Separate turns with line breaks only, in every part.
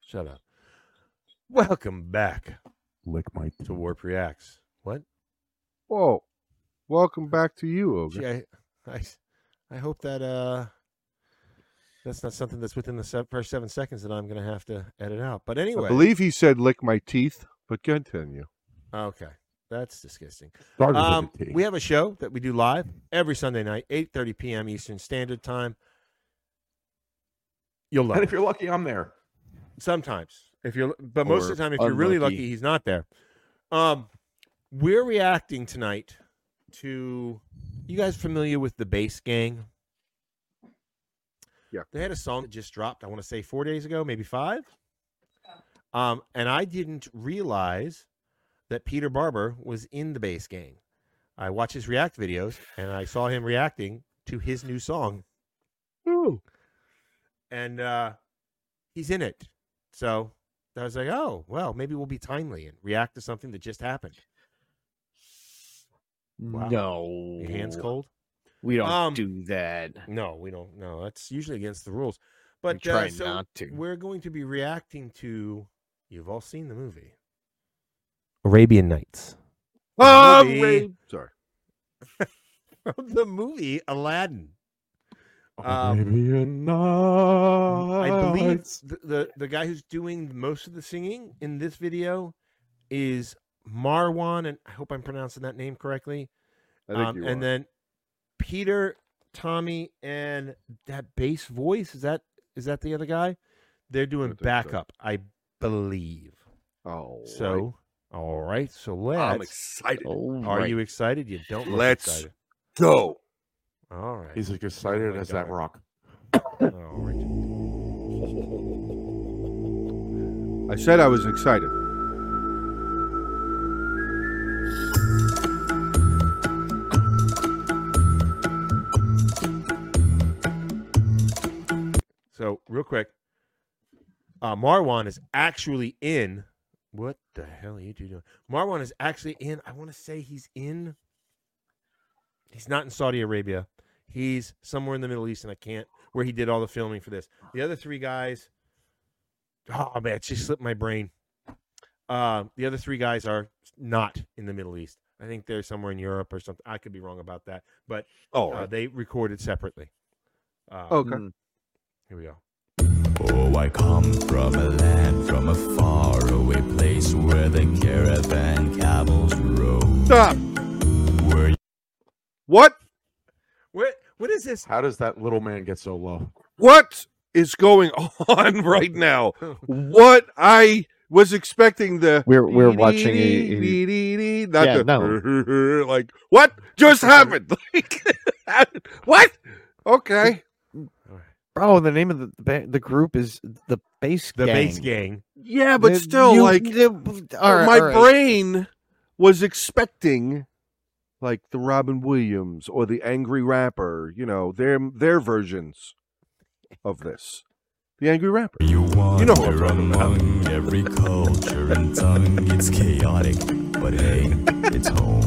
Shut up. Welcome back
Lick my.
to Warp Reacts. What?
Whoa. Welcome back to you,
Gee,
Ogre.
I, I, I hope that uh, that's not something that's within the se- first seven seconds that I'm going to have to edit out. But anyway,
I believe he said lick my teeth, but continue.
okay, that's disgusting.
Started
Um,
with a T.
we have a show that we do live every Sunday night, 8:30 p.m. Eastern Standard Time. You'll love
and if
it.
you're lucky, I'm there.
Sometimes, if you're, but most
Or
of the time, if you're really
unlucky.
lucky, he's not there. Um, we're reacting tonight to you guys familiar with the Bass Gang?
Yeah.
they had a song that just dropped. I want to say four days ago, maybe five. Um, and I didn't realize that Peter Barber was in the Bass Gang. I watch his react videos, and I saw him reacting to his new song,
Ooh.
and uh, he's in it. So I was like, oh, well, maybe we'll be timely and react to something that just happened. Wow.
No.
Your hands cold?
We don't
Um,
do that.
No, we don't. No, that's usually against the rules. But
But we try
uh, so
not to.
we're going to be reacting to. You've all seen the movie Arabian Nights.
Ah,
Movie.
wait. Sorry.
From Oh, the movie Aladdin. Um,
Arabian
I believe
Nights.
the, the the guy who's doing most of the singing in this video is Marwan, and I hope I'm pronouncing that name correctly.
I think
Um,
you
and
are.
then Peter, Tommy, and that bass voice is that is that the other guy? They're doing
think so.
backup, I believe.
oh, right.
So, all right. So let's.
I'm excited.
Oh,
Are
right.
you excited? You don't look
Let's-
excited.
Go.
All right.
He's as excited
my
as that
God.
rock.
all right.
I said I was excited.
Hmm. So real quick, uh, Marwan is actually in. What the hell are you two doing? Marwan is actually in. I want to say he's in. He's not in Saudi Arabia. He's somewhere in the Middle East, and I can't. Where he did all the filming for this. The other three guys. Oh man, it just slipped my brain. Uh, the other three guys are not in the Middle East. I think they're somewhere in Europe or something. I could be wrong about that, but
Oh,
uh, they recorded separately. Uh,
okay.
Mm.
Here we go.
Oh, I come from a land, from a faraway place where the caravan camels roam.
Stop.
Where
What?
What? What is this?
How does that little man get so low?
What is going on right now? What I was expecting the
We're we're watching a, a-
a, not
Yeah,
the like what just happened? Like what? Okay.
All right.
Oh, the name of the the, ba- the group is the base
The
gang.
base gang.
Yeah, but
The-
still
you-
like oh,
the- all right,
my
all right.
brain was expecting like the Robin Williams or the Angry Rapper, you know, their their versions of this. The Angry Rapper.
you wander
know what I'm talking about.
among every culture and tongue, it's chaotic, but hey, it's home.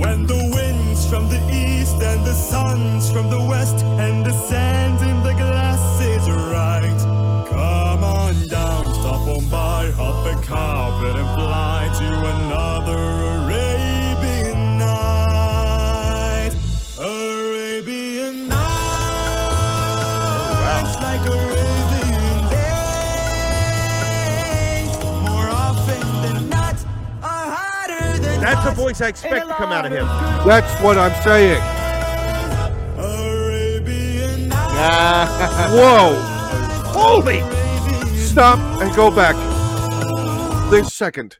When the winds from the east and the suns from the west and the sand in the glass is right, come on down, stop on by, hop a carpet and fly to another Arabian night. Arabian night, like Arabian days, more often than not, are hotter than
That's the
hot.
voice I expect to come out of him.
That's what I'm saying.
Arabian night.
Whoa. Holy. Stop and go back. This second.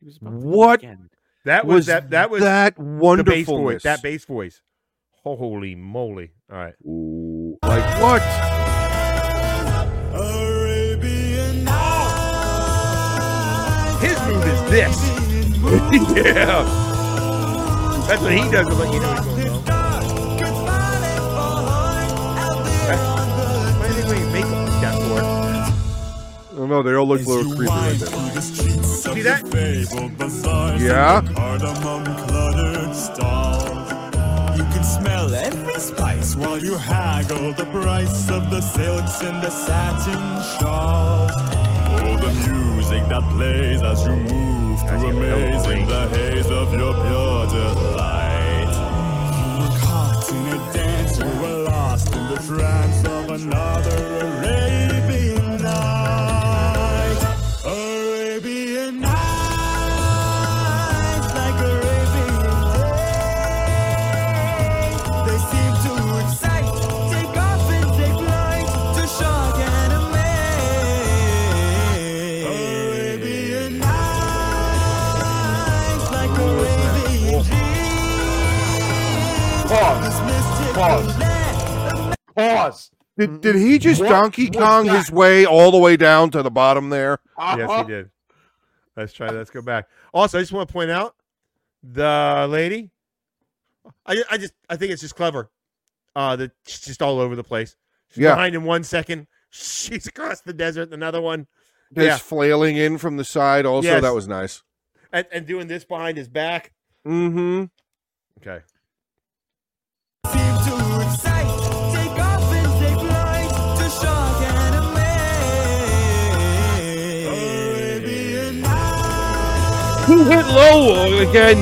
He was about to do it
What?
again.
That was, that. That was
that
the bass voice.
wonderfulness.
That bass voice. Holy moly! All right.
Ooh, like what?
Arabian night.
His move is this.
yeah.
That's what he does to let you know he's going low. Why do they wear your makeup like that for?
I don't know. They all look a little creepy right there.
See
See
that?
that?
Yeah.
Cardamom cluttered stalls. You can smell every spice silks while you haggle the price of the silks and the satin shawls. Oh, the music that plays as you move
Guys,
to
give me a
amaze in
break.
the haze of your pure delight. You were caught in a dance, you were lost in the trance of another Arabian night. Arabian night, like Arabian days. They seem to excite, take off and take flight to shock and amaze. Arabian nights, like Arabian dreams.
Pause.
This mystic
Pause.
land
Pause.
Did, did he just
What
Donkey
was
Kong
that?
his way all the way down to the bottom there?
Yes, he did. Let's try. Let's go back. Also, I just want to point out the lady. I I just I think it's just clever. Uh, that she's just all over the place. She's
Yeah.
behind in one second. She's across the desert. in Another one,
Just
Yeah.
flailing in from the side. Also,
Yes.
that was nice.
and, and doing this behind his back.
Mm-hmm.
Okay.
seem to excite, take off and take flight to shock and amaze. Arabian nights.
Who hit low again?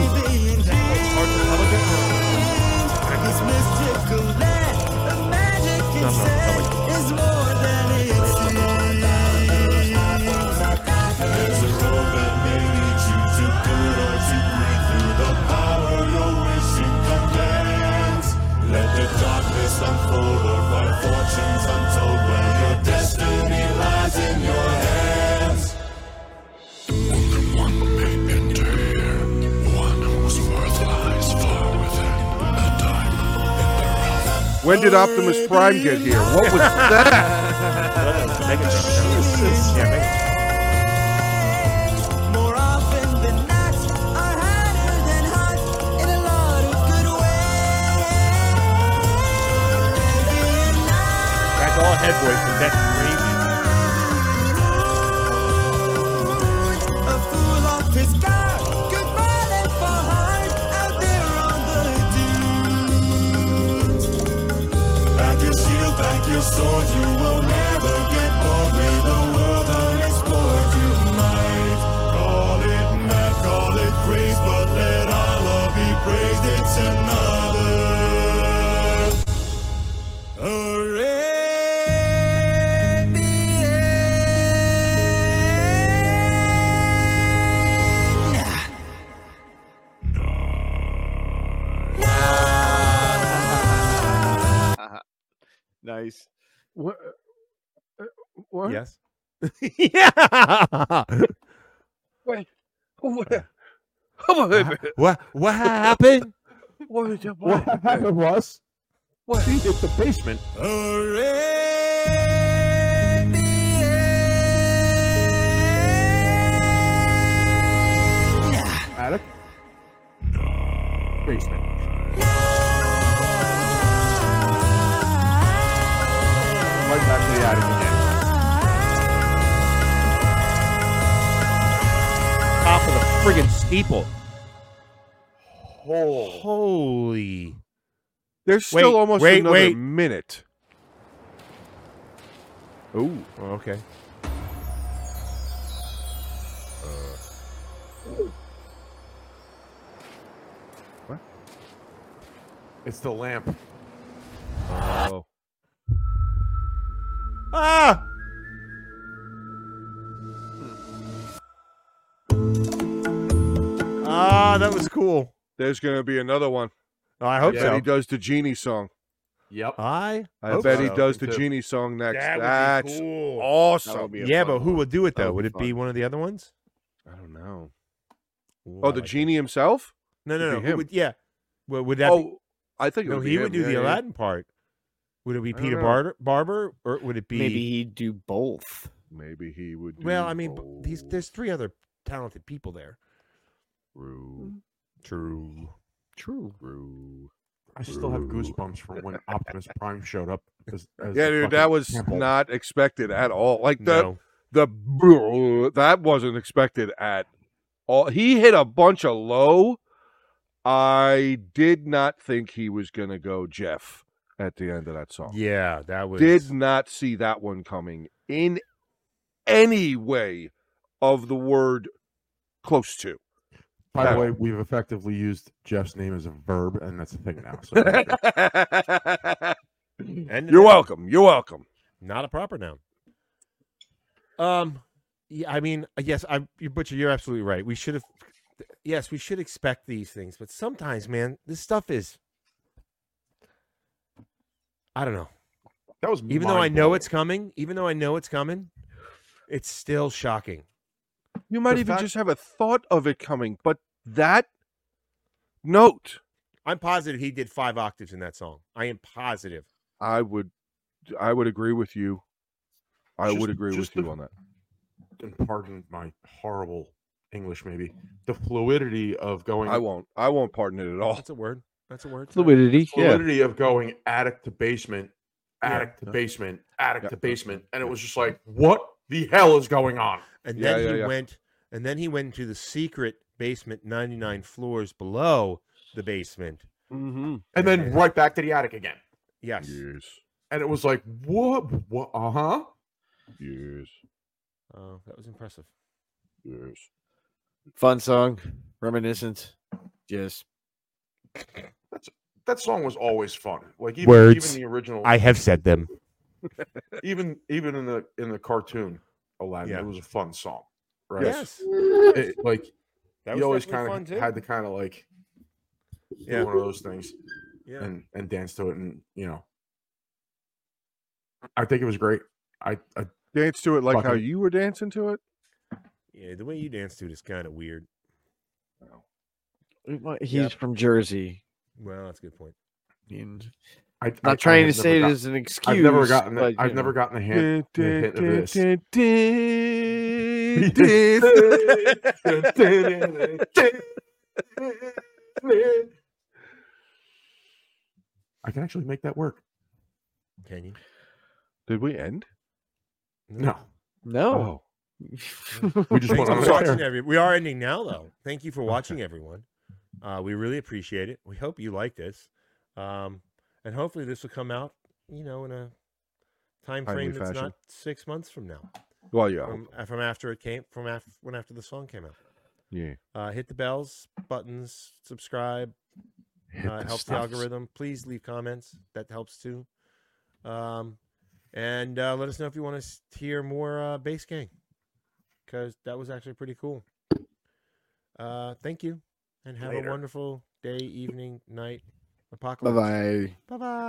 Let the darkness unfold or write fortunes untold when your destiny lies in your hands.
One may endure, one whose worth lies far within a diamond in the rough.
When did Optimus Prime get here? What was that?
More often than not, are hotter than hot in a lot of good ways.
That's all head voice, and that's crazy.
A fool off his guard, good violent for heart out there on the dunes. Back your shield, back your sword, you will never get bored. May the world unexplored you might. Call it mad, call it praise, but let Allah be praised. It's another Arabian.
Nice.
What? uh, What?
Yes. yeah.
What?
Uh. What what happened?
What happened was
What?
he hit the basement. Attic. Basement. Right back to the attic again.
Top of the friggin' steeple.
Oh.
Holy.
There's still
Wait,
almost
wait,
another
wait.
minute. Oh,
Okay.
It's the lamp.
oh.
Ah. Ah, that was cool. Oh,
There's gonna be another one.
I hope
I
Yeah.
bet he
so.
does the genie song.
Yep.
I
I
hope
bet he
so.
does
Me
the
too.
genie song next.
That would be
That's
cool.
awesome.
That would be a
Yeah,
fun
but who
one.
would do it
That
though?
would
Would
be
it be
fun.
one of the other ones?
I don't know.
Ooh,
Oh,
I like
the
that.
genie himself?
No,
It'd
no, no.
be
Who
him.
would, yeah. Well, would that? be-
oh, I think it
no,
would be
he
him.
would do
Yeah,
the
yeah, yeah.
Aladdin part. Would it be
I don't
Peter
know.
Bar- Barber, or would it be?
Maybe he'd do both.
Maybe he would. Do
Well, I mean, b- these,
both.
there's three other talented people there.
True,
True.
True.
true.
I still have goosebumps from when Optimus Prime showed up. As, as
Yeah,
the
dude,
fucking
that was
temple.
not expected at all. Like the
no.
the that wasn't expected at all. He hit a bunch of low. I did not think he was gonna go Jeff, at the end of that song.
Yeah, that was.
Did not see that one coming in any way of the word close to.
By
Yeah.
the way, we've effectively used Jeff's name as a verb, and that's a thing now. So
and
You're welcome. You're welcome.
Not a proper noun. Um, yeah, I mean, uh, yes, I, you butcher. You're absolutely right. We should have, yes, we should expect these things, but sometimes, man, this stuff is. I don't know.
that was
Even though I know
mind-blowing.
it's coming, even though I know it's coming, it's still shocking.
You might
The
even
fact-
just have a thought of it coming, but that note,
I'm positive he did five octaves in that song. I am positive.
I would, I would agree with you. I
Just-
would agree with
just
you
the-
on that.
and pardon my horrible English, maybe the fluidity of going.
I won't. I won't pardon it at all.
That's a word. That's a word.
Fluidity. Yeah.
fluidity of going attic to basement,
Yeah.
attic to basement, attic
Yeah.
to basement, and it was just like, what the hell is going on?
And
Yeah,
then
yeah,
he
yeah.
went and then he went to the secret basement 99 floors below the basement.
Mm-hmm.
And then
Yeah.
right back to the attic again,
Yes.
Yes.
and it was like, what? What? Uh huh.
Yes.
Oh, that was impressive.
Yes.
Fun song. Reminiscent. Just
That song was always fun. Like even,
Words.
even the original,
have said them.
even even in the in the cartoon Aladdin,
Yeah.
it was a fun song, right?
Yes.
It- like
That
you always
definitely
kind of
fun,
had to kind of like do
Yeah.
one of those things
too. Yeah.
and and dance to it, and you know, I think it was great. I, I
Dance to it like how
Fucking-
you were dancing to it.
yeah, the way you dance to it is kind of weird.
he's
Yep.
from Jersey.
Well, that's a good point.
And
I, I-
not
I
trying to
have never
say it
got-
as an excuse.
I've never gotten. the-
but, you
I've never
know.
gotten a hand. the hint of this. I can actually make that work.
Can you?
Did we end?
No,
Oh.
No.
we just
Thanks
went on
for
a
watching
tear.
every- we are ending now, though. Thank you for watching, everyone. Uh, we really appreciate it. We hope you like this, um, and hopefully this will come out, you know, in a time frame
Timely
that's
fashion.
not six months from now,
Well, yeah.
from, uh, from after it came, from after when after the song came out.
Yeah.
Uh, hit the bells, buttons, subscribe.
Hit
Uh,
the
helps the
stuffs.
algorithm. Please leave comments. That helps too. Um, and uh, let us know if you want to hear more uh, bass gang because that was actually pretty cool. Uh, thank you, and have
Later.
a wonderful day, evening, night,
Bye
apocalypse.
bye.
Bye bye.